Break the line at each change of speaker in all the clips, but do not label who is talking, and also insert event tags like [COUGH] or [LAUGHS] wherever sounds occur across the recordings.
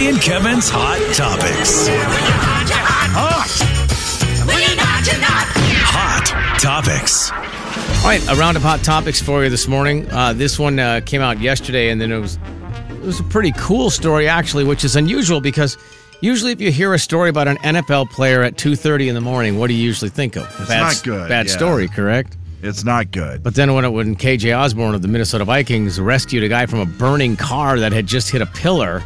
and Kevin's Hot Topics. Hot Topics.
All right, a round of hot topics for you this morning. Uh, this one uh, came out yesterday, and then it was it was a pretty cool story actually, which is unusual because usually if you hear a story about an NFL player at two thirty in the morning, what do you usually think of? It's bad,
not
s-
good,
Bad
yeah.
story, correct?
It's not good.
But then when it, when KJ Osborne of the Minnesota Vikings rescued a guy from a burning car that had just hit a pillar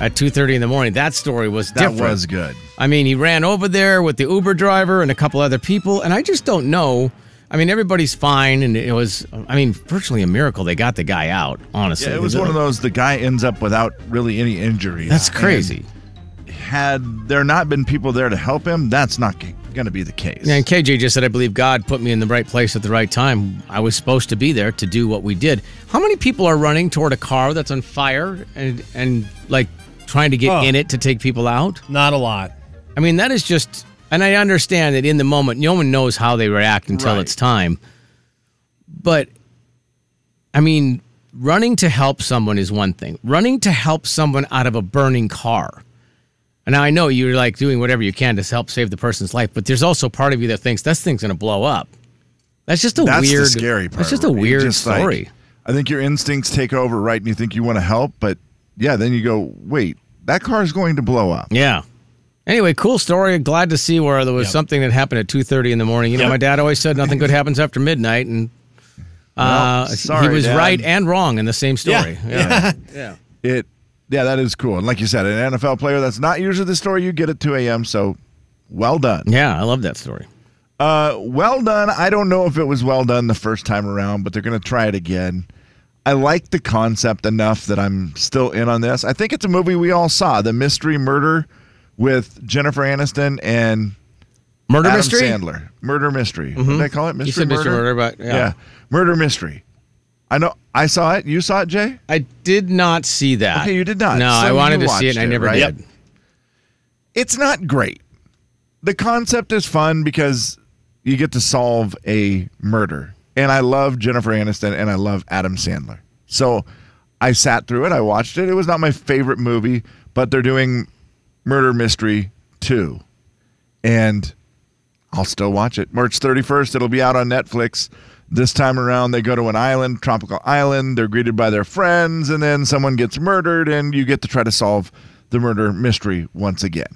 at two thirty in the morning, that story was
that
different.
was good.
I mean, he ran over there with the Uber driver and a couple other people, and I just don't know. I mean, everybody's fine, and it was, I mean, virtually a miracle they got the guy out, honestly.
Yeah, it was one of those the guy ends up without really any injury.
That's crazy.
And had there not been people there to help him, that's not going to be the case.
And KJ just said, I believe God put me in the right place at the right time. I was supposed to be there to do what we did. How many people are running toward a car that's on fire and, and like, trying to get
Oh.
in it to take people out?
Not a lot.
I mean, that is just, and I understand that in the moment, no one knows how they react until
Right.
it's time. But, I mean, running to help someone is one thing, running to help someone out of a burning car. And now I know you're like doing whatever you can to help save the person's life, but there's also part of you that thinks this thing's going to blow up. That's just a
that's
weird,
the scary part.
That's just a
Ruby.
weird
Just like,
story.
I think your instincts take over, right? And you think you want to help, but yeah, then you go, wait, that car is going to blow up.
Yeah. Anyway, cool story. Glad to see where there was
Yep.
something that happened at two thirty in the morning. You know, my dad always said nothing good happens after midnight, and uh,
Well, sorry,
he was
Dad.
right and wrong in the same
[LAUGHS]
story. Yeah.
It, yeah, that is cool. And like you said, an NFL player, that's not usually the story you get at 2 a.m. So, well done.
Yeah, I love that story.
Uh, well done. I don't know if it was well done the first time around, but they're going to try it again. I like the concept enough that I'm still in on this. I think it's a movie we all saw, The Mystery Murder with Jennifer Aniston and
Murder
Adam
mystery. Mm-hmm.
Sandler. Murder mystery. What did I call it? Mystery
You said Mr.
murder.
Murder, but yeah.
Murder mystery. I know. I saw it. You saw it, Jay.
I did not see that.
Okay, you did not.
No,
So
I
you
wanted to see it, and I
watched it,
never
right?
did.
Yep. It's not great. The concept is fun because you get to solve a murder, and I love Jennifer Aniston and I love Adam Sandler. So I sat through it. I watched it. It was not my favorite movie, but they're doing Murder Mystery Two, and I'll still watch it. March 31st, it'll be out on Netflix. This time around, they go to an island, tropical island. They're greeted by their friends, and then someone gets murdered, and you get to try to solve the murder mystery once again.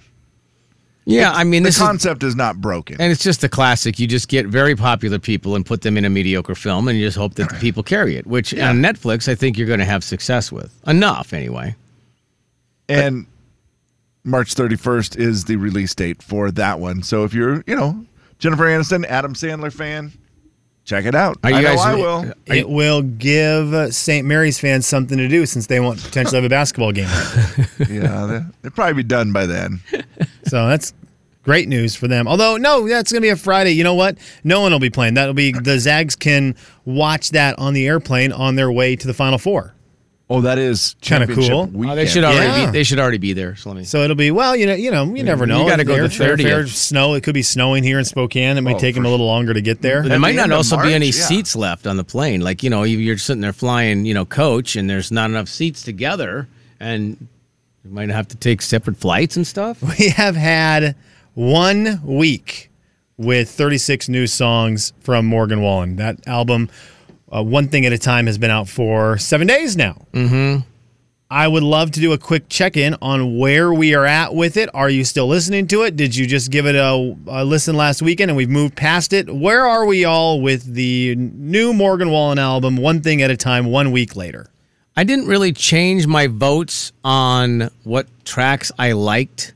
Yeah, I mean,
The
this is
concept is, not broken.
And it's just the classic. You just get very popular people and put them in a mediocre film, and you just hope that the people carry it. Which on Netflix, I think you're going to have success with enough anyway. uh,
And March 31st is the release date for that one. So if you're, you know, Jennifer Aniston, Adam Sandler fan, check it out.
Are you
I know
guys- [LAUGHS]
I will.
It will give St. Mary's fans something to do since they won't potentially have a basketball game.
yeah, they- they'll probably be done by then.
So that's great news for them. Although, no, that's going to be a Friday. You know what? No one will be playing. That'll be the Zags can watch that on the airplane on their way to the Final Four.
Oh, that is
Kinda
championship
cool.
weekend.
Oh, they should already
Yeah.
be. They should already be there. So let me.
So it'll be well, you know, you know, you never know.
gotta go
Air-
the 30th.
air snow. It could be snowing here in Spokane. It might
Oh,
take them
for
a little longer to get there.
There
at
might
the
not
end of
also be
March,
any
yeah.
seats left on the plane. Like you know, you- you're sitting there flying, you know, coach, and there's not enough seats together, and you might have to take separate flights and stuff.
[LAUGHS] We have had one week with 36 new songs from Morgan Wallen. That album, uh, One Thing at a Time, has been out for seven days now. Mm-hmm. I would love to do a quick check in on where we are at with it. Are you still listening to it? Did you just give it a, a listen last weekend and we've moved past it? Where are we all with the new Morgan Wallen album, One Thing at a Time, one week later?
I didn't really change my votes on what tracks I liked.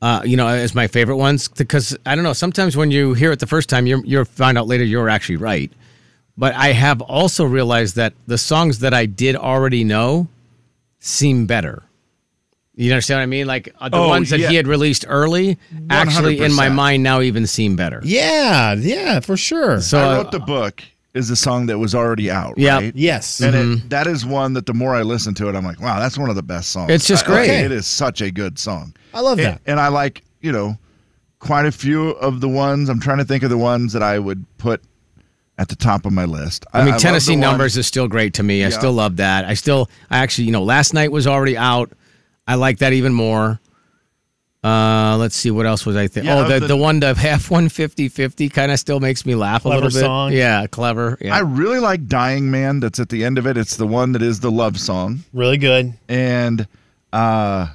Uh, you know, as my favorite ones, because I don't know. Sometimes when you hear it the first time, you're you're find out later you're actually right. But I have also realized that the songs that I did already know seem better. You understand what I mean? Like uh, the
Oh,
ones that
yeah.
he had released early, actually in my
100%.
mind now even seem better.
Yeah, yeah, for sure.
So
I
uh,
wrote the book is a song that was already out,
Yeah. Mm-hmm.
right?
yes.
And it, that is one that the more I listen to it, I'm like, wow, that's one of the best songs.
It's just
I- like,
great.
it is such a good song.
I love
And-
that.
And I like, you know, quite a few of the ones. I'm trying to think of the ones that I would put at the top of my list.
I mean,
love the
Tennessee
one-
numbers is still great to me. I
Yeah.
still love that. I still, I actually, you know, last night was already out. I like that even more. Uh, let's see what else was I think.
Yeah,
oh, the,
the-
the [LAUGHS] one the half 150 50 kind of still makes me laugh a
Clever
little bit.
song.
Yeah, clever. Yeah.
I really like Dying Man. That's at the end of it. It's the one that is the love song.
Really good.
And uh,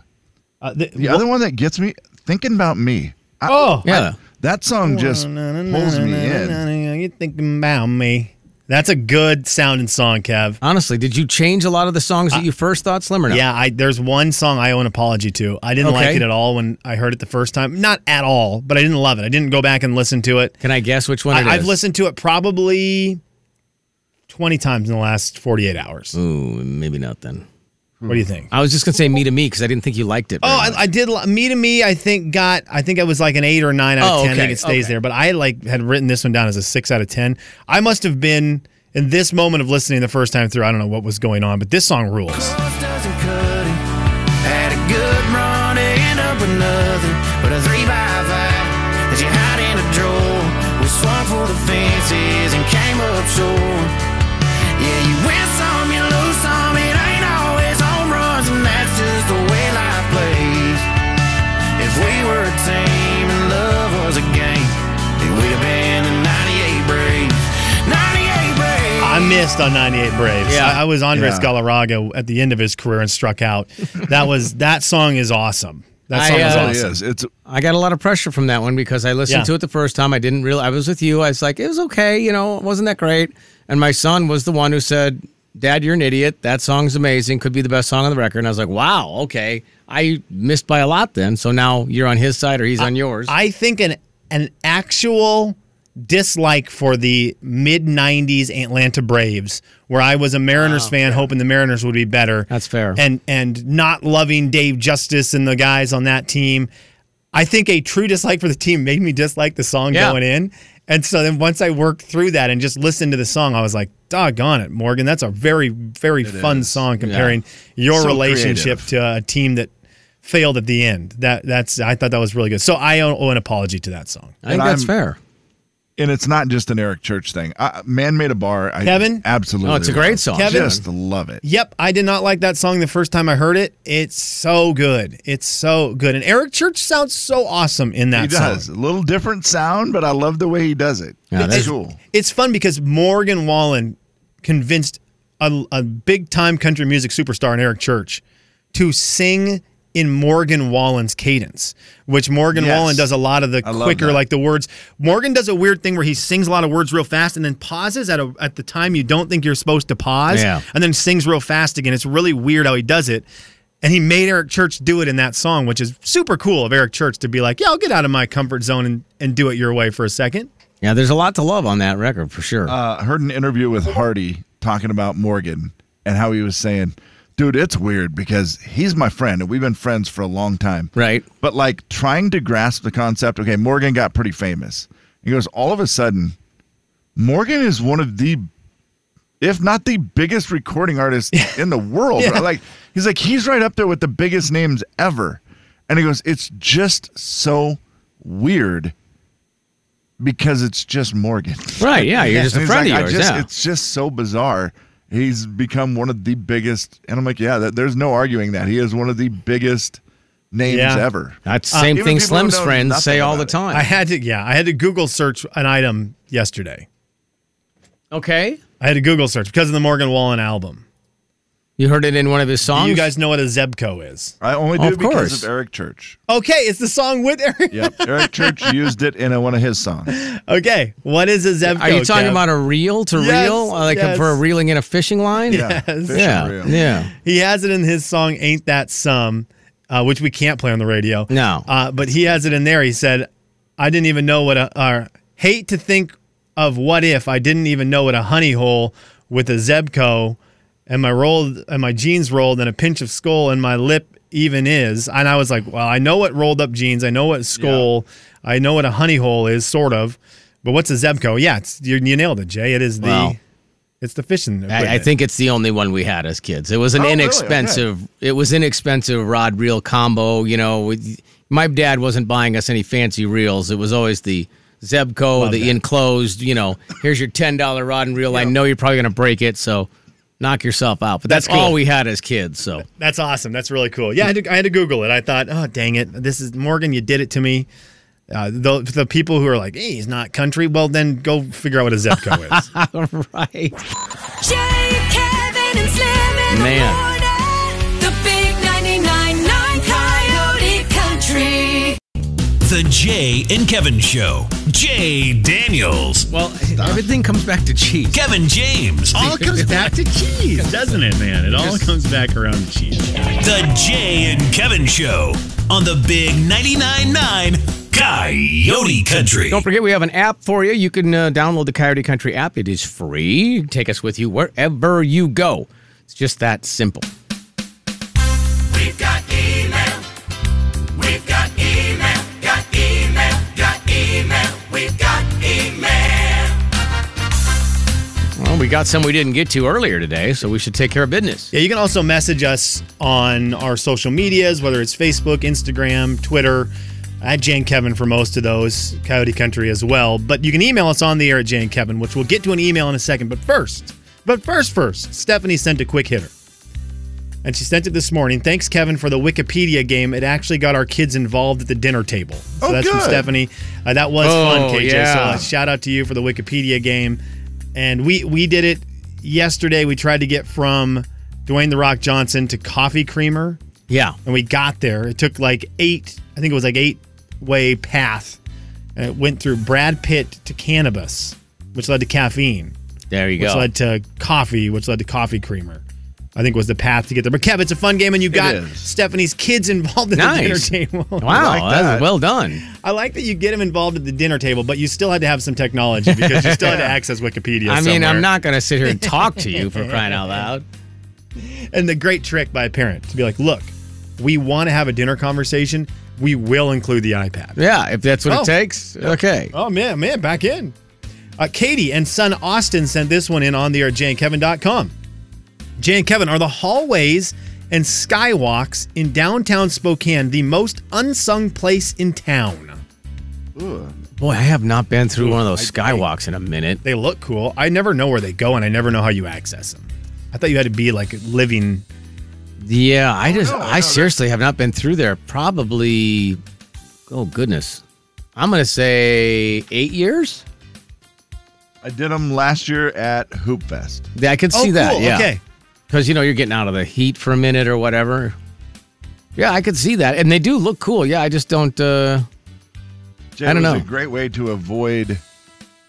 Uh, the,
the other one that gets me thinking about me. I-
Oh,
yeah.
that song just pulls me in.
You thinking about me? That's a good sounding song, Kev.
Honestly, did you change a lot of the songs that you first thought slim or not?
Yeah, I, there's one song I owe an apology to. I didn't like
Okay.
it at all when I heard it the first time. Not at all, but I didn't love it. I didn't go back and listen to it.
Can I guess which one it
I, I've
is?
listened to it probably 20 times in the last 48 hours.
Ooh, maybe not then.
What do you think?
I was just gonna say me to me because I didn't think you liked it.
Oh,
very
I,
much.
I did. li- Me to me, I think got. I think I was like an eight or nine out of
Oh,
ten. I think
okay,
it stays
okay.
there. But I like had written this one down as a six out of ten. I must have been in this moment of listening the first time through. I don't know what was going on, but this song rules.
Had a good run, end up with nothing but a three by five that you hide in a drawer. We swung for the fences and came up short. Yeah, you win some, you lose some. It ain't always home runs, and that's just the way life plays. If we were a team and love was a game, it would have been the '98 Braves. '98 Braves.
I missed on 98 Braves.
Yeah.
I, I was Andres
Yeah.
Galarraga at the end of his career and struck out. That was that song is awesome. That
I,
song is
uh,
It
awesome.
is. It's
I got a lot of pressure from that one because I listened
Yeah.
to it the first time. I didn't really. I was with you. I was like, it was okay. You know, it wasn't that great. And my son was the one who said, "Dad, you're an idiot. That song's amazing. Could be the best song on the record." And I was like, "Wow, okay. I missed by a lot then. So now you're on his side or he's on yours."
I think an an actual dislike for the mid '90s Atlanta Braves, where I was a Mariners fan, hoping the Mariners would be better.
Oh, That's fair.
And and not loving Dave Justice and the guys on that team. I think a true dislike for the team made me dislike the song
Yeah.
going in. And so then once I worked through that and just listened to the song, I was like, doggone it, Morgan. That's a very, very fun song comparing your
So
relationship to a team that failed at the end. That that's I thought that was really good. So I owe, owe an apology to that song.
I think
and
that's
I'm-
fair.
and it's not just an Eric Church thing. I, Man made a bar. I
Kevin?
absolutely.
Oh, it's a
love.
great song.
Kevin?
Just love it.
Yep, I did not like that song the first time I heard it. It's so good. It's so good. And Eric Church sounds so awesome in that
He does
song.
a little different sound, but I love the way he does it.
Yeah,
it's
that's-
cool.
It's fun because Morgan Wallen convinced a, a big time country music superstar in Eric Church to sing in Morgan Wallen's cadence, which Morgan
Yes.
Wallen does a lot of the
I love
quicker,
that.
like the words. Morgan does a weird thing where he sings a lot of words real fast and then pauses at a, at the time you don't think you're supposed to pause,
Yeah.
and then sings real fast again. It's really weird how he does it. And he made Eric Church do it in that song, which is super cool of Eric Church to be like, "Yeah, I'll get out of my comfort zone and, and do it your way for a second.
Yeah, there's a lot to love on that record for sure.
uh, heard an interview with Hardy talking about Morgan and how he was saying, dude, it's weird because he's my friend and we've been friends for a long time.
Right.
But like trying to grasp the concept, okay, Morgan got pretty famous. He goes, all of a sudden, Morgan is one of the, if not the biggest recording artist in the world. Like, he's like, he's right up there with the biggest names ever. And he goes, it's just so weird because it's just Morgan.
right? Yeah, you're just a
And he's
friend
like,
of yours.
I just,
yeah.
It's just so bizarre. He's become one of the biggest, and I'm like, yeah, that, there's no arguing that. He is one of the biggest names
Yeah.
ever.
That's the same
Uh, even
thing
people who
Slim's
know
friends
nothing
say all
about
the
it.
time.
I had to, yeah, I had to Google search an item yesterday.
okay.
I had to Google search because of the Morgan Wallen album.
You heard it in one of his songs.
Do you guys know what a Zebco is?
I only do
Of
because
course.
of Eric Church.
Okay, it's the song with Eric.
Yep, Eric Church used it in a, one of his songs.
[LAUGHS]
Okay, what is a Zebco?
Are you talking
Kev?
about a reel to
Yes,
reel, Uh, like
yes.
for reeling in a fishing line?
Yeah,
Yes.
fish
yeah,
and reel.
yeah.
He has it in his song "Ain't That Some," uh, which we can't play on the radio.
No.
uh, but he has it in there. He said, "I didn't even know what a uh, hate to think of what if I didn't even know what a honey hole with a Zebco and my rolled and my jeans rolled and a pinch of skull and my lip even is." And I was like, "Well, I know what rolled up jeans. I know what skull. I know what a honey hole is, sort of." But what's a Zebco? Yeah, it's, you, you nailed it, Jay. It is the,
Wow.
it's the
I,
fishing.
I
equipment.
think it's the only one we had as kids. It was an
Oh, really?
inexpensive. It was inexpensive rod reel combo. You know, with- my dad wasn't buying us any fancy reels. It was always the Zebco, the
that.
enclosed. You know, here's your ten dollar rod and reel. I know you're probably going to break it, so knock yourself out. But that's,
That's cool.
all we had as kids. So
That's awesome. That's really cool. Yeah, I had, to, I had to Google it. I thought, oh, dang it. This is Morgan, you did it to me. Uh, the, the people who are like, hey, he's not country, well, then go figure out what a Zepco [LAUGHS] is.
all [LAUGHS] right.
Jay, Kevin, and Slim in the
Man.
morning. The big 99.9 Coyote Country.
The Jay and Kevin Show. Jay Daniels.
Well, everything comes back to cheese.
Kevin James.
all comes back to cheese, doesn't it, man? It all comes back around to cheese.
The Jay and Kevin Show on the Big 99.9 Coyote Country.
Don't forget, we have an app for you. You can uh, download the Coyote Country app. It is free. Take us with you wherever you go. It's just that simple.
We've got email. We've got email. Got email. Got email. We've got email.
Well, we got some we didn't get to earlier today, so we should take care of business.
Yeah, you can also message us on our social medias, whether it's Facebook, Instagram, Twitter. At Jane Kevin for most of those, Coyote Country as well. But you can email us on the air at Jane Kevin, which we'll get to an email in a second. But first, but first, first, Stephanie sent a quick hitter. And she sent it this morning. Thanks, Kevin, for the Wikipedia game. It actually got our kids involved at the dinner table. So
Oh,
that's from
good.
Stephanie. Uh, that was
Oh,
fun, KJ. So
yeah.
uh, shout out to you for the Wikipedia game. And we we did it yesterday. We tried to get from Dwayne the Rock Johnson to coffee creamer,
Yeah.
and we got there. It took like eight. I think it was like eight way path, and it went through Brad Pitt to cannabis, which led to caffeine
There you
which
go.
led to coffee, which led to coffee creamer. I think was the path to get there. But Kev, it's a fun game, and you got
is.
Stephanie's kids [LAUGHS] involved at
Nice.
the dinner table.
wow.
like
that's
that.
well done.
I like that you get them involved at the dinner table, but you still had to have some technology because you
[LAUGHS]
still had to access Wikipedia.
I mean,
somewhere.
I'm not going to sit here and talk to you [LAUGHS] for crying out loud.
And the great trick by a parent to be like, look, we want to have a dinner conversation. We will include the iPad.
Yeah, if that's what
Oh.
it takes. Okay.
Oh man, man, back in. Uh, Katie and son Austin sent this one in on the air at jankevin.com. Jay and Kevin, are the hallways and skywalks in downtown Spokane the most unsung place in town?
Boy, I have not been through one of those skywalks in a minute.
They look cool. I never know where they go and I never know how you access them. I thought you had to be like living.
Yeah, I just,
Oh, no, no,
I
that's-
seriously have not been through there probably, oh goodness. I'm going to say eight years.
I did them last year at Hoop Fest.
Yeah, I could see that.
Oh, cool.
Yeah.
Okay.
Because, you know, you're getting out of the heat for a minute or whatever. Yeah, I could see that. And they do look cool. Yeah, I just don't, uh,
Jay,
I don't
it
know.
was A great way to avoid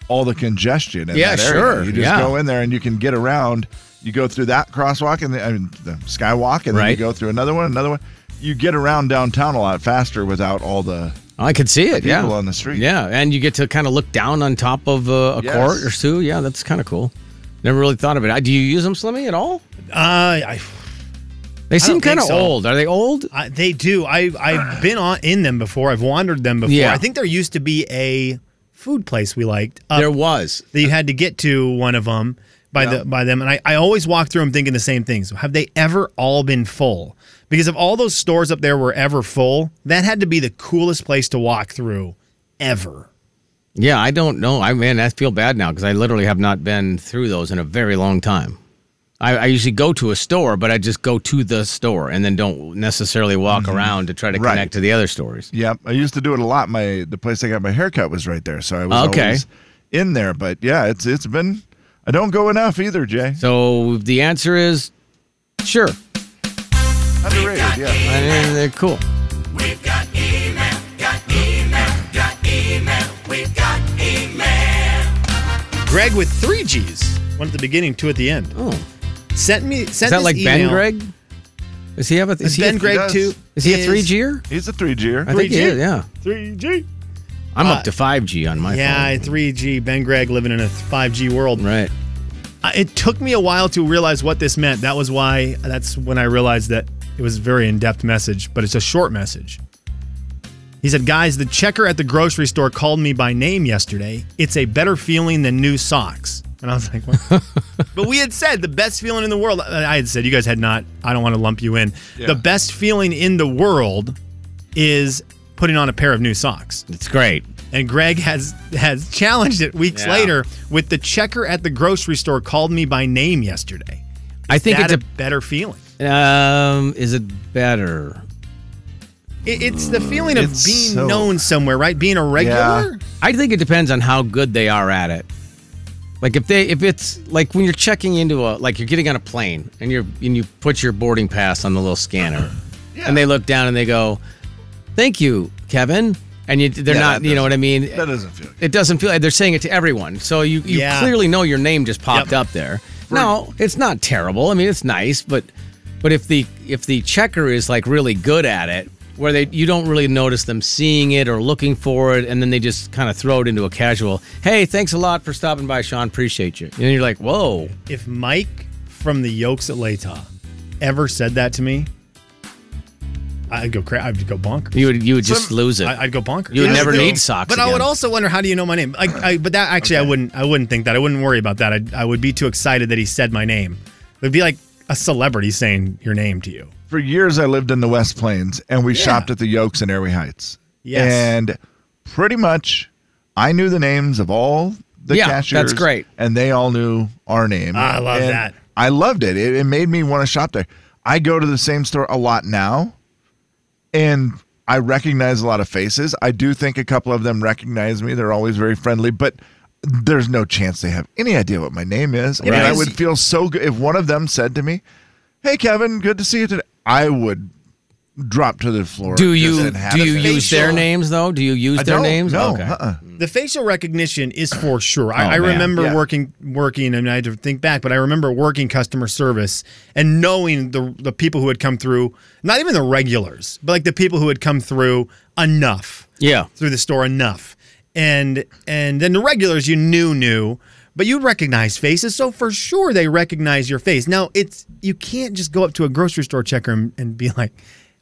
all the congestion. In
Yeah,
that area.
sure,
You just
yeah.
go in there and you can get around. You go through that crosswalk and the, I mean, the skywalk, and then you
Right.
go through another one, another one. You get around downtown a lot faster without all the.
I could see it. Yeah.
people on the street.
Yeah. And you get to kind of look down on top of uh, a
Yes.
court or two. Yeah, that's kind of cool. Never really thought of it. I- Do you use them, Slimmy, at all?
Uh, I,
They seem
don't
kind
think
of
so.
old. Are they old?
I, they do. I,
[SIGHS]
I've been on in them before. I've wandered them before.
Yeah.
I think there used to be a food place we liked
Uh,
up
there was.
that you had to get to one of them by the by them and I, I always walk through them thinking the same things have they ever all been full because if all those stores up there were ever full that had to be the coolest place to walk through ever
Yeah, I don't know. I man, I feel bad now because I literally have not been through those in a very long time. I, I usually go to a store, but I just go to the store and then don't necessarily walk around to try to
Right.
connect to the other stores.
Yep, I used to do it a lot. My the place I got my haircut was right there, so I was
Okay.
always in there. But yeah, it's it's been. I don't go enough either, Jay.
So the answer is sure.
Underrated, yeah.
I mean, they're cool.
We've got email. Got email. Got email. We've got email.
greg with three g's one at the beginning two at the end
Oh,
sent me sent
is that
this
like Ben
email.
Greg? Is he have a? Is
is
he
ben
a,
greg
does.
too
Is he a three Ger?
He's a three G. er.
I think he
3G?
is. Yeah,
three g
I'm
Uh,
up to five G on my
yeah
phone.
3g ben greg living in a 5g world
Right.
I- it took me a while to realize what this meant. That was why that's when I realized that it was a very in-depth message, but it's a short message. He said, "Guys, the checker at the grocery store called me by name yesterday. It's a better feeling than new socks." And I was like, what? "But we had said the best feeling in the world. I had said you guys had not. I don't want to lump you in. The best feeling in the world is putting on a pair of new socks."
It's great.
and Greg has has challenged it weeks
Yeah.
later with the checker at the grocery store called me by name yesterday.
I think
that
it's
a better feeling.
a. Um, is it better?
It, it's the
Mm,
feeling of being
It's so-
known somewhere, right? Being a regular.
I think it depends on how good they are at it. Like if they if it's like when you're checking into a like you're getting on a plane and you're and you put your boarding pass on the little
[LAUGHS]
scanner and they look down and they go, "Thank you, Kevin," and you they're
Yeah,
not
that
you know what I mean.
That doesn't feel good.
It doesn't feel they're saying it to everyone, so you you
Yeah.
clearly know your name just popped
Yep.
up there. No, it's not terrible. I mean, it's nice, but but if the if the checker is like really good at it, where they you don't really notice them seeing it or looking for it, and then they just kind of throw it into a casual, "Hey, thanks a lot for stopping by, Sean. Appreciate you." And you're like, "Whoa,
If Mike from the Yokes at Lata ever said that to me, I'd go cra- I'd go bonkers.
you would you would just
Some-
lose it."
I, I'd go bonkers.
You would
I'd
never
go-
need socks
But I would
again.
also wonder, how do you know my name? Like, I, but that actually, I wouldn't. I wouldn't think that. I wouldn't worry about that. I, I would be too excited that he said my name. It'd be like a celebrity saying your name to you.
For years, I lived in the West Plains, and we
Yeah.
shopped at the Yokes and Airway Heights.
Yes.
And pretty much, I knew the names of all the
Yeah, that's
cashiers.
great.
And they all knew our name.
I love
And
that.
I loved it. it. It made me want to shop there. I go to the same store a lot now, and I recognize a lot of faces. I do think a couple of them recognize me. They're always very friendly, but there's no chance they have any idea what my name is. And I
is-
would feel so good if one of them said to me, "Hey, Kevin, good to see you today." I would drop to the floor.
do
just
you
and have
do
it.
you use their
facial-
names though? Do you use
I
their
don't,
names?
No,
Okay.
uh-uh.
The facial recognition is for sure. I,
Oh,
I
man.
remember
Yeah.
working, working, and I had to think back, but I remember working customer service and knowing the the people who had come through, not even the regulars, but like the people who had come through enough
Yeah. [LAUGHS]
through the store enough, and and then the regulars you knew knew, but you recognize faces, so for sure they recognize your face. Now it's you can't just go up to a grocery store checker and, and be like.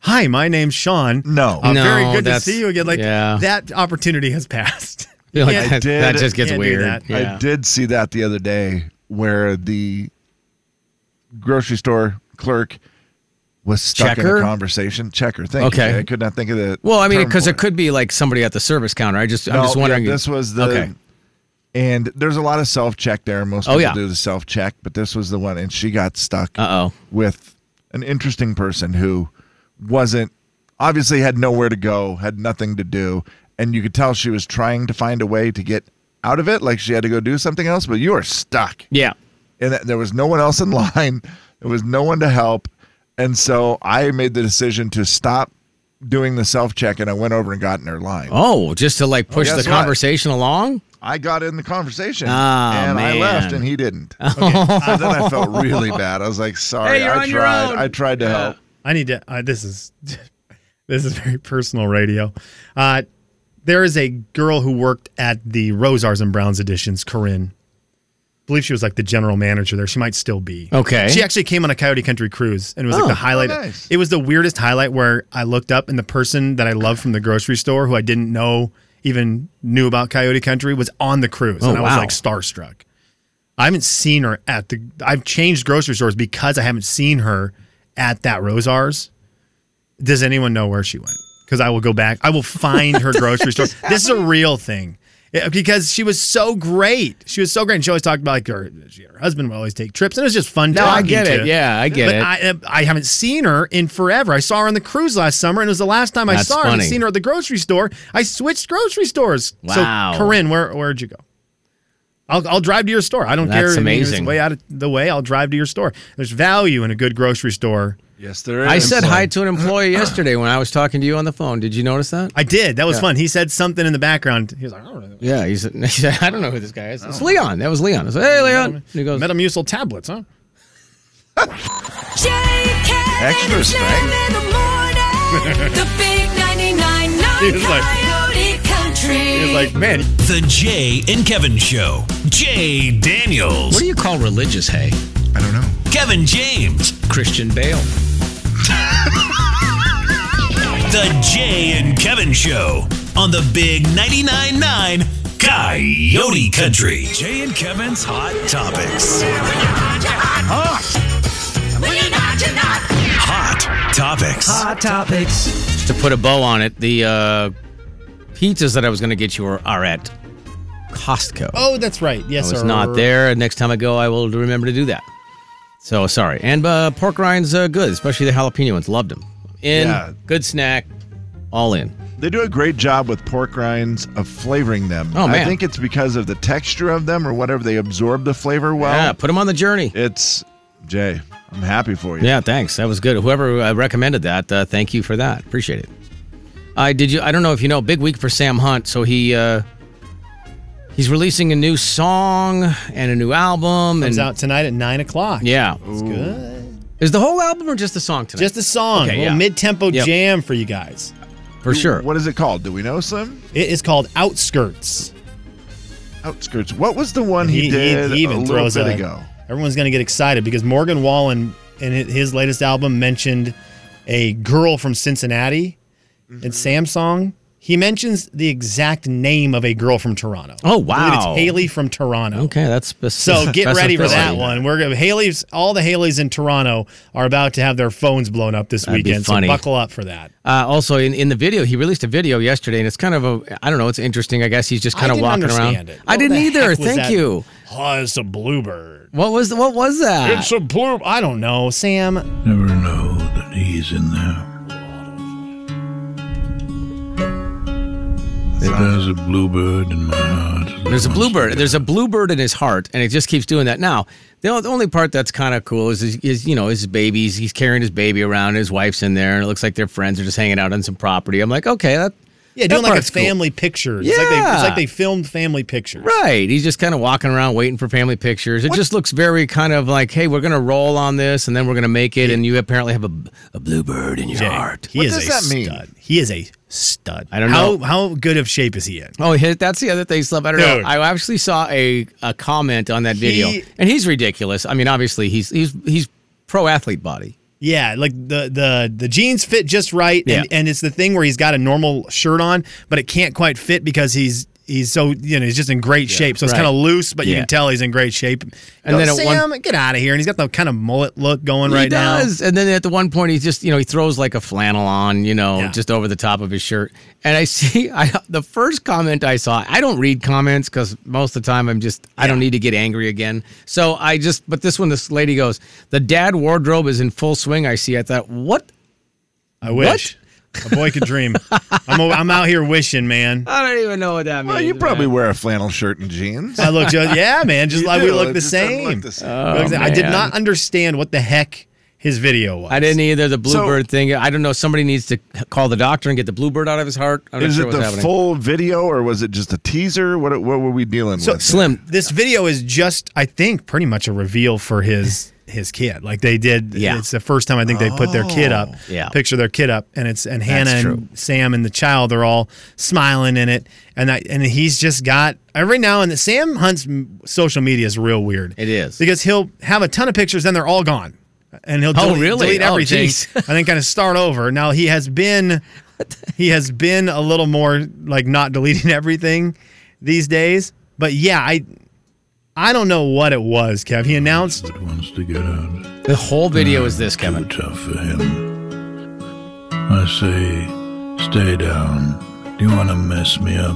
Hi, my name's Sean.
No. Um,
Uh, very
No,
good to
that's-
see you again. Like
yeah.
that opportunity has passed. [LAUGHS]
You're like,
Yeah.
that, [LAUGHS] that
did-
just gets
Can't do
weird.
that.
Yeah.
I did see that the other day where the grocery store clerk was stuck in
Checker?
a conversation. Checker, thank you.
Okay.
Jay. I could not think of the
Well, I mean,
term
because
for
it could be like somebody at the service counter. I just, I'm
No,
just
yeah,
wondering.
this was the
Okay.
and there's a lot of self check there. Most
Oh,
people
yeah.
do the self check, but this was the one, and she got stuck
Uh oh.
with an interesting person who wasn't obviously had nowhere to go, had nothing to do, and you could tell she was trying to find a way to get out of it, like she had to go do something else. But you are stuck
Yeah.
and th- there was no one else in [LAUGHS] line. There was no one to help, and so I made the decision to stop doing the self check, and I went over and got in her line.
Oh, just to like push the
guess what?
conversation along.
I got in the conversation,
Ah,
and I left,
man.
and he didn't.
[LAUGHS]
so then I felt really bad. I was like, "Sorry,
Hey, you're
I
on your
tried.
own."
I tried to help."
I need to. Uh, this is [LAUGHS] this is very personal radio. Uh, there is a girl who worked at the Rosars and Browns editions, Corinne. I believe she was like the general manager there. She might still be.
Okay.
She actually came on a Coyote Country cruise and it was like the highlight.
nice.
It was the weirdest highlight where I looked up and the person that I love from the grocery store who I didn't know even knew about Coyote Country was on the cruise.
Oh,
and I was
wow.
like starstruck. I haven't seen her at the. I've changed grocery stores because I haven't seen her at that Rosars. Does anyone know where she went? Because I will go back. I will find
[LAUGHS]
her grocery store. This is a real thing. Yeah, because she was so great. She was so great. And she always talked about like her, she, her husband would always take trips. And it was just fun
No, I
talking
get
to
it. Yeah, I get
but
it.
I, I haven't seen her in forever. I saw her on the cruise last summer, and it was the last time I
That's
saw her. I haven't
funny.
seen her at the grocery store. I switched grocery stores.
Wow.
So, Corinne, where, where'd you go? I'll, I'll drive to your store. I don't
That's
care. I mean, if it's
amazing.
way out of the way, I'll drive to your store. There's value in a good grocery store.
Yes, there is.
I said hi to an employee yesterday when I was talking to you on the phone. Did you notice that?
I did. That was fun. He said something in the background. He was like, oh,
Yeah. He said, [LAUGHS] he said, I don't know who this guy is.
Oh.
It's Leon. That was Leon. I was like, hey, Leon. And he goes,
Metamucil tablets, huh?
Jay, Kevin,
Extra
and Slim
strength.
in the morning. the big 99.9
[LAUGHS] He was like-
Coyote Country.
He was like, man,
The Jay and Kevin Show. Jay
What
Daniels,
do you call religious hay?
I don't know.
Kevin James,
Christian Bale.
The Jay and Kevin Show on the Big 99.9 9 Coyote Country. Jay and Kevin's Hot Topics. Hot Topics.
Hot topics.
to put a bow on it, the uh, pizzas that I was going to get you are, are at Costco.
oh, that's right. Yes,
I was
sir.
not there. Next time I go, I will remember to do that. So sorry. And uh, pork rinds uh, good, especially the jalapeno ones. Loved them. In
Yeah.
good snack, all in.
They do a great job with pork rinds of flavoring them.
Oh,
I
man.
think it's because of the texture of them or whatever. They absorb the flavor well.
yeah, put them on the journey.
It's Jay. I'm happy for you.
Yeah, thanks. That was good. Whoever uh, recommended that, uh, thank you for that. Appreciate it. I did you. I don't know if you know. Big week for Sam Hunt. So he uh, he's releasing a new song and a new album.
Comes
and
out tonight at nine o'clock.
yeah,
It's good.
is the whole album or just the song tonight?
Just a song,
Okay,
a little
yeah.
mid-tempo
Yep.
jam for you guys.
for sure.
What is it called? Do we know, Slim?
It is called Outskirts.
Outskirts. What was the one he,
He- he-
did
he even
a little
throws
bit
a-
ago?
Everyone's going to get excited because Morgan Wallen in hi- his latest album mentioned a girl from Cincinnati
Mm-hmm.
in Samsung. He mentions the exact name of a girl from Toronto.
Oh,
I believe
wow.
It's Haley from Toronto.
Okay, that's spec- [LAUGHS]
So get ready for that
specificity.
one. We're gonna Haley's all the Haleys in Toronto are about to have their phones blown up this
That'd be
weekend.
funny.
So buckle up for that.
Uh, also, in, in the video, he released a video yesterday, and it's kind of a I don't know. It's interesting. I guess he's just kind
I
of
didn't
walking around.
understand It.
I
What
didn't
the
either.
heck was
Thank
that?
you. Ah.
Oh, it's a bluebird.
What was what was that?
It's a blue. I don't know, Sam.
Never know that he's in there. There's a bluebird in my heart.
There's a bluebird. There's a bluebird in his heart, and it just keeps doing that. Now, the o- the only part that's kind of cool is, is, is, you know, his babies. He's carrying his baby around. His wife's in there, and it looks like their friends are just hanging out on some property. I'm like, okay, that
Yeah,
that
doing like a
part's cool.
family picture. It's like they,
Yeah.
it's like they filmed family pictures.
Right. He's just kind of walking around waiting for family pictures. It just looks very kind of like, hey, we're going to roll on this and then we're going to make it. And you apparently have a, a bluebird in your
Jay,
heart.
He
What
is
does
a
that mean?
stud. He is a stud.
I don't know.
how how good of shape is he in.
Oh, hit- that's the other thing, Slub. I don't
Dude.
know. I actually saw a, a comment on that video,
He-
and he's ridiculous. I mean, obviously, he's he's he's pro athlete body.
Yeah, like the the the jeans fit just right, and,
Yeah.
and it's the thing where he's got a normal shirt on, but it can't quite fit because he's he's so you know he's just in great shape, so it's
right.
kind of loose, but you
Yeah.
can tell he's in great shape.
And
And
then
then
at
Sam, get out of here, and he's got the kind of mullet look going right
he does. And then at the one point, he's just you know he throws like a flannel on, you know,
Yeah.
just over the top of his shirt. And I [LAUGHS] see, I the first comment I saw. I don't read comments because most of the time I'm just I don't need to get angry again. So I just, but this one, this lady goes, the dad wardrobe is in full swing. I see. I thought, what?
now. I wish a boy could
[LAUGHS]
dream. I'm o- I'm out here wishing, man.
I don't even know what that means.
Well, you
man.
probably wear a flannel shirt and jeans.
I look [LAUGHS] just yeah, man, just
You
like
do.
we look
It
the
just doesn't
same.
look the
Uh,
same.
Look, I did
Oh, man.
not understand what the heck his video was.
I didn't either. The bluebird thing. I don't know. Somebody needs to call the doctor and get the bluebird out of his heart. I'm not
Is
sure
it
what's
the
happening.
full video or was it just a teaser? What what were we dealing
So-
with?
Slim,
this video is just i think pretty much a reveal for his his kid like they did
Yeah.
it's the first time i think they put their kid up
Oh.
Yeah.
picture their kid up and it's and hannah
true.
and sam and the child are all smiling in it and that and he's just got every now and then sam hunt's m- social media is real weird
It is.
because he'll have a ton of pictures then they're all gone and he'll
Oh,
delete,
really?
delete
Oh,
everything
geez.
[LAUGHS] and then kind of start over now he has been he has been a little more like not deleting [LAUGHS] everything these days. But yeah, I I don't know what it was, Kev. He
[LAUGHS]
announced
That wants to get out.
the whole video is this, Kevin.
Too tough for him. I say, stay down. Do you want to mess me up?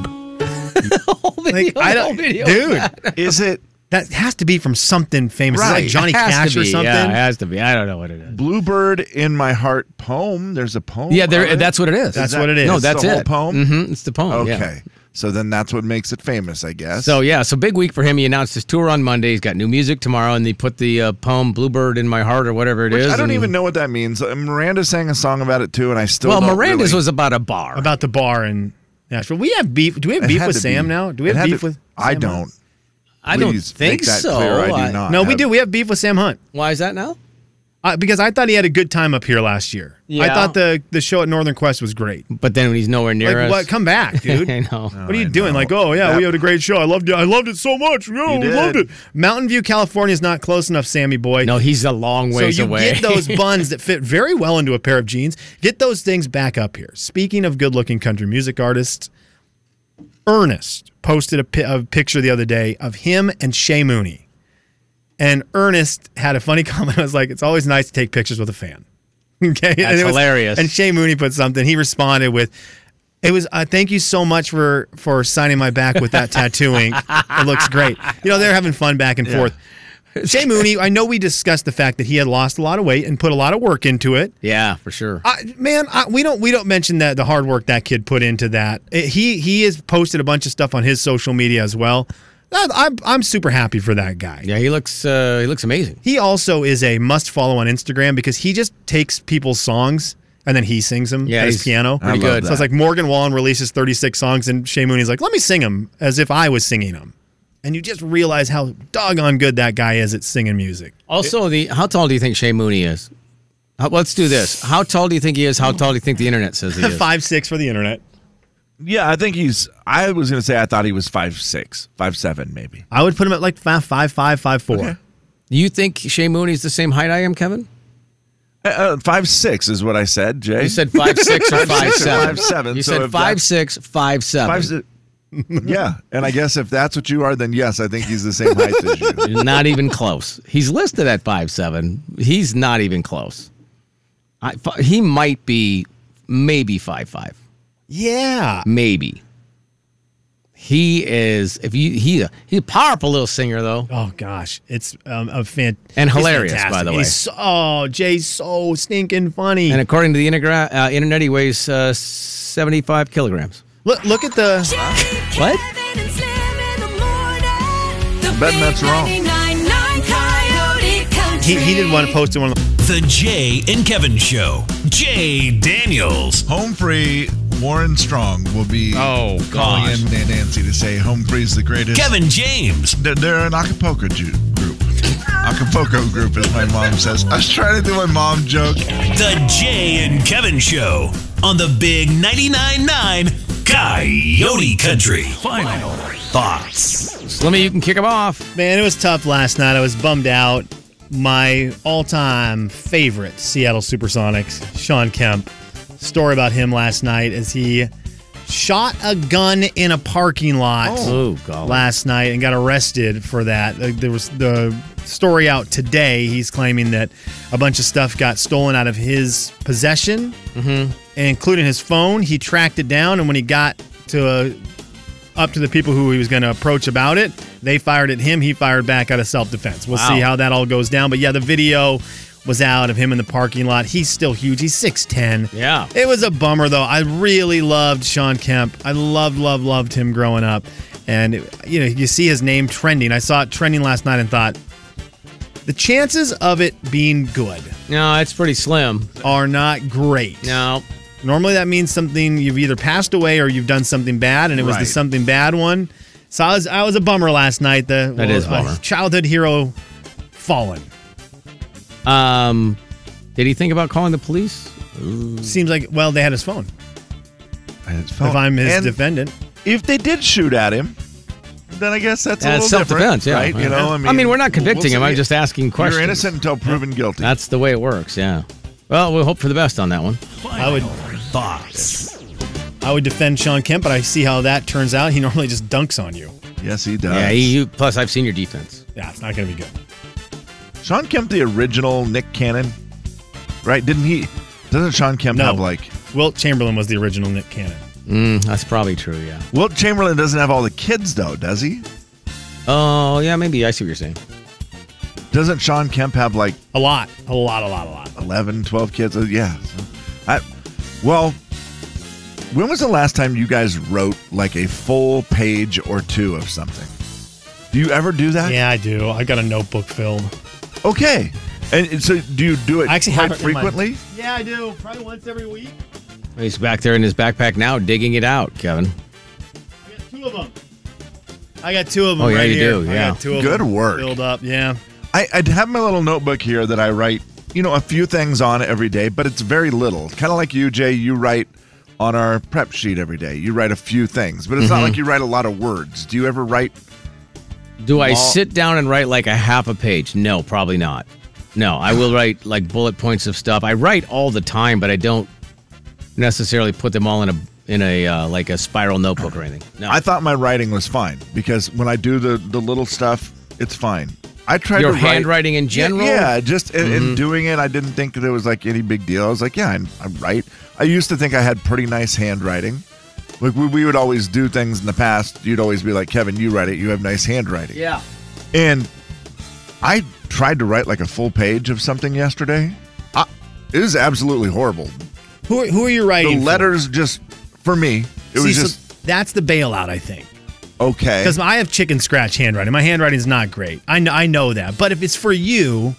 [LAUGHS]
like I don't, dude.
Is it
That has to be from something famous, It's
Right.
like Johnny
It has
Cash
to
or
be.
something.
Yeah, it has to be. I don't know what it is.
Bluebird in My Heart poem? There's a poem.
Yeah,
on
there.
it?
That's what it is.
That's what it is.
No,
It's
that's
the whole
it.
poem?
hmm it's the poem.
Okay.
yeah.
So then that's what makes it famous, I guess.
So yeah, so big week for him. He announced his tour on Monday. He's got new music tomorrow, and he put the uh, poem "Bluebird in My Heart" or whatever it is.
I don't
and-
even know what that means. Uh, Miranda sang a song about it too, and I still
Well,
don't
Miranda's
really-
was about a bar.
About the bar in Nashville. We have beef. Do we have
It
beef
had
with
to be.
Sam now? Do we
It
have
had
beef
to-
with?
I
Sam
don't.
Hunt?
I don't
Please
think
make that
so.
Clear. I
I-
do not.
No, we
have-
do. We have beef with Sam Hunt
Why is that now?
uh, because I thought he had a good time up here last year. I
Yeah.
thought the the show at Northern Quest was great.
But then when he's nowhere near
Like
us,
what? Come
[LAUGHS]
back, dude.
I know.
What are you
I
doing?
know.
Like, oh yeah,
That-
we had a great show. I loved it. I loved it so much. Yeah,
You
we loved
did.
it. Mountain View, California is not close enough, Sammy boy.
No, he's a long
so
ways
you
away. [LAUGHS]
get those buns that fit very well into a pair of jeans. Get those things back up here. Speaking of good-looking country music artists, Ernest posted a, pi- a picture the other day of him and Shay Mooney, and Ernest had a funny [LAUGHS] comment. I was like, it's always nice to take pictures with a fan. [LAUGHS] Okay,
That's hilarious.
And Shay Mooney put something. He responded with, "It was uh, thank you so much for for signing my back with that tattoo ink. It looks great. You know they're having fun back and forth. Jay Mooney, I know we discussed the fact that he had lost a lot of weight and put a lot of work into it.
Yeah, for sure.
I, man, I, we don't we don't mention that the hard work that kid put into that. It- he he has posted a bunch of stuff on his social media as well. I, I'm I'm super happy for that guy.
yeah, he looks uh, he looks amazing.
He also is a must follow on Instagram because he just takes people's songs and then he sings them
Yeah,
at his
he's
piano.
pretty
I love
good.
that.
So it's like Morgan Wallen releases 36 songs and Shay Mooney's like, let me sing them as if I was singing them. And you just realize how doggone good that guy is at singing music.
Also, the how tall do you think Shea Mooney is? How, let's do this. How tall do you think he is? How tall do you think the internet says
[LAUGHS]
he is?
Five six for the internet.
Yeah, I think he's. I was gonna say I thought he was five six, five seven, maybe.
I would put him at like five five five five four.
Do you think Shea Mooney's the same height I am, Kevin?
Uh, uh, five six is what I said, Jay.
You said five six or five
six or
seven.
[LAUGHS] five seven,
You
so
said
if
five
that's-
six, five seven.
five six. yeah, and I guess if that's what you are, then yes, I think he's the same height as
[LAUGHS]
you.
not even close. He's listed at five seven. He's not even close. I, fi- he might be maybe five five,
Yeah.
maybe. He is. If you he he's a powerful little singer though.
Oh gosh, it's um, a fan
And
he's
hilarious, by
fantastic.
the way.
He's so, oh, Jay's so stinking funny.
And according to the integra- uh, internet, he weighs uh, seventy five kilograms.
look, look at the.
What?
Betting that's wrong.
He, he did want to post in one. Of the,
The Jay and Kevin Show. Jay Daniels.
Home free, Warren Strong will be
Oh,
calling
gosh.
in Dan- Nancy to say Home free's the greatest.
Kevin James.
They're, they're an Acapulco ju- group. Acapulco group, as my mom says. I was trying to do my mom joke.
The Jay and Kevin Show on the Big 99.9 9 Coyote Country. Final thoughts.
Slimmy, you can kick him off.
man, it was tough last night. I was bummed out. My all-time favorite Seattle SuperSonics, Sean Kemp. Story about him last night as he shot a gun in a parking lot.
Oh god.
last night and got arrested for that. Like, There was the story out today. He's claiming that a bunch of stuff got stolen out of his possession, including his phone. He tracked it down, and when he got to uh, up to the people who he was going to approach about it, they fired at him. He fired back out of self defense. We'll see
Wow.
how that all goes down. But yeah, the video was out of him in the parking lot. He's still huge. He's six ten.
Yeah.
It was a bummer though. I really loved Sean Kemp. I loved, loved, loved him growing up. And you know, you see his name trending. I saw it trending last night and thought the chances of it being good
No, it's pretty slim.
are not great.
No.
Normally that means something you've either passed away or you've done something bad, and it was the
Right.
something bad one. So I was I was a bummer last night. The
That is a bummer.
childhood hero fallen.
Um, did he think about calling the police?
Seems like well they had his phone.
And it's
If I'm his
and
defendant,
if they did shoot at him, then I guess that's a
That's
little
self-defense,
different,
yeah.
right?
Yeah.
You know, I mean,
we're not convicting
we'll
him.
see.
I'm just asking questions.
You're innocent until proven guilty.
That's the way it works. Yeah. Well, we'll hope for the best on that one.
Final
I would
thoughts.
I would defend Sean Kemp, but I see how that turns out. He [LAUGHS] normally just dunks on you.
yes, he does.
yeah. You, plus, I've seen your defense.
Yeah, it's not going to be good.
Sean Kemp, the original Nick Cannon, right? Didn't he? Doesn't Sean Kemp
No.
have like?
Wilt Chamberlain was the original Nick Cannon.
Mm, that's probably true. Yeah.
Wilt Chamberlain doesn't have all the kids though, does he?
Oh, yeah. Maybe I see what you're saying.
Doesn't Sean Kemp have like
A lot, a lot, a lot, a lot.
11, 12 kids? Uh, Yeah. So, I, well, when was the last time you guys wrote like a full page or two of something? Do you ever do that?
Yeah, I do. I got a notebook filled.
Okay. And and so do you do it
I actually
quite
have it in my-
frequently?
Yeah, I do. Probably once every week.
He's back there in his backpack now, digging it out, Kevin.
I got two of them. I got two of them.
Oh, yeah,
right
you
here.
do,
I
yeah.
got two of
Good
them
work.
Filled up. Yeah.
I, I have my little notebook here that I write, you know, a few things on every day, but it's very little. Kind of like you, Jay, you write on our prep sheet every day. You write a few things, but it's
Mm-hmm.
not like you write a lot of words. Do you ever write?
Do I
Well-
sit down and write like a half a page? No, probably not. No, I
[SIGHS]
will write like bullet points of stuff. I write all the time, but I don't necessarily put them all in a in a uh, like a spiral notebook or anything. No,
I thought my writing was fine because when I do the, the little stuff, it's fine. I tried
your
to write,
handwriting in general. Mm-hmm.
Yeah, yeah, just in, in doing it, I didn't think that it was like any big deal. I was like, yeah, I'm, I'm right. I used to think I had pretty nice handwriting. Like we, we would always do things in the past. You'd always be like, Kevin, you write it. You have nice handwriting.
yeah.
And I tried to write like a full page of something yesterday. I, it was absolutely horrible.
Who are, who are you
The
writing? for?
letters just for me. It
See,
was
so
just
that's the bailout, I think.
okay.
Because I have chicken scratch handwriting. My handwriting's not great. I know, I know that. But if it's for you,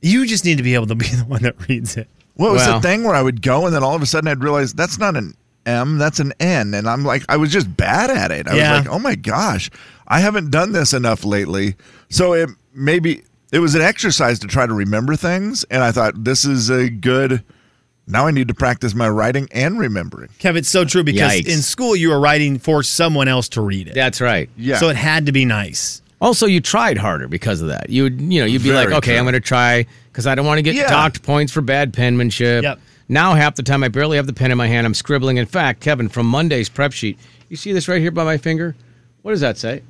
you just need to be able to be [LAUGHS] the one that reads it.
What was
Wow.
the thing where I would go and then all of a sudden I'd realize that's not an M, that's an N. And I'm like, I was just bad at it. I
Yeah.
was like, oh my gosh, I haven't done this enough lately. So it maybe it was an exercise to try to remember things. And I thought, this is a good, now I need to practice my writing and remembering.
Kev, it's so true because
Yikes.
in school you were writing for someone else to read it.
That's right.
Yeah.
So it had to be nice.
Also, you tried harder because of that. You would, you know, you'd be
Very
like, okay,
true.
I'm going to try because I don't want to get
Yeah.
docked points for bad penmanship.
Yep.
Now, half the time, I barely have the pen in my hand. I'm scribbling. In fact, Kevin, from Monday's prep sheet, you see this right here by my finger? What does that say?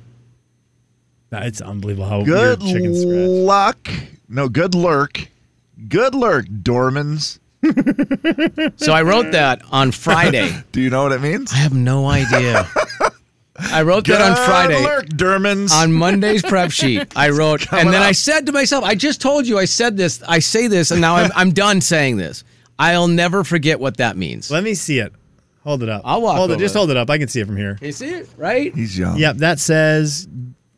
It's unbelievable how
good
weird chicken scratch.
luck. No, good lurk. Good lurk, Dormans.
So I wrote
[LAUGHS]
that on Friday.
Do you know what it means?
I have no idea. I wrote that on Friday.
Good lurk, Dormans.
on Monday's prep sheet, I wrote, and then I
up.
said to myself, I just told you I said this, I say this, and now I'm, I'm done saying this. I'll never forget what that means.
Let me see it. Hold it up.
I'll walk
Hold it.
over
Just
it.
hold it up. I can see it from here.
You see it, right?
He's young.
Yep, that says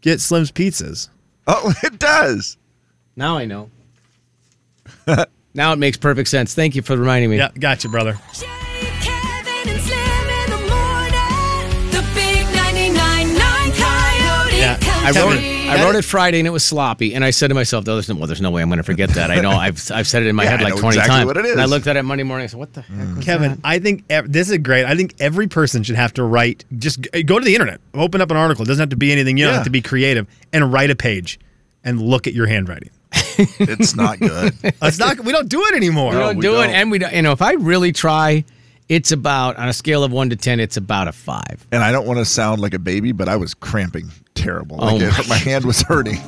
get Slim's pizzas.
Oh, [LAUGHS] it does.
Now I know. [LAUGHS] now it makes perfect sense. Thank you for reminding me.
Yeah, gotcha, brother.
Jay, Kevin, and Slim in the morning. The big 99.9 Coyote
Yeah,
I
Country.
wrote, it, I wrote it Friday and it was sloppy, and I said to myself, "Though there's no, well, there's no way I'm going to forget that. I know I've, I've said it in my
Yeah,
head
I
like
know
20
exactly
times."
what it
And I
is.
looked at it Monday morning. I said, "What the heck?" was
Kevin, I think ev- this is great. I think every person should have to write. Just g- go to the internet, open up an article. It doesn't have to be anything. You don't
Yeah.
have to be creative and write a page and look at your handwriting.
It's
[LAUGHS]
not good.
It's not. We don't do it anymore.
We don't
Oh, we
do it,
don't.
and we don't. You know, if I really try, it's about on a scale of one to ten, it's about a five.
and I don't want to sound like a baby, but I was cramping terrible.
Oh
Like
my
it- my hand was hurting.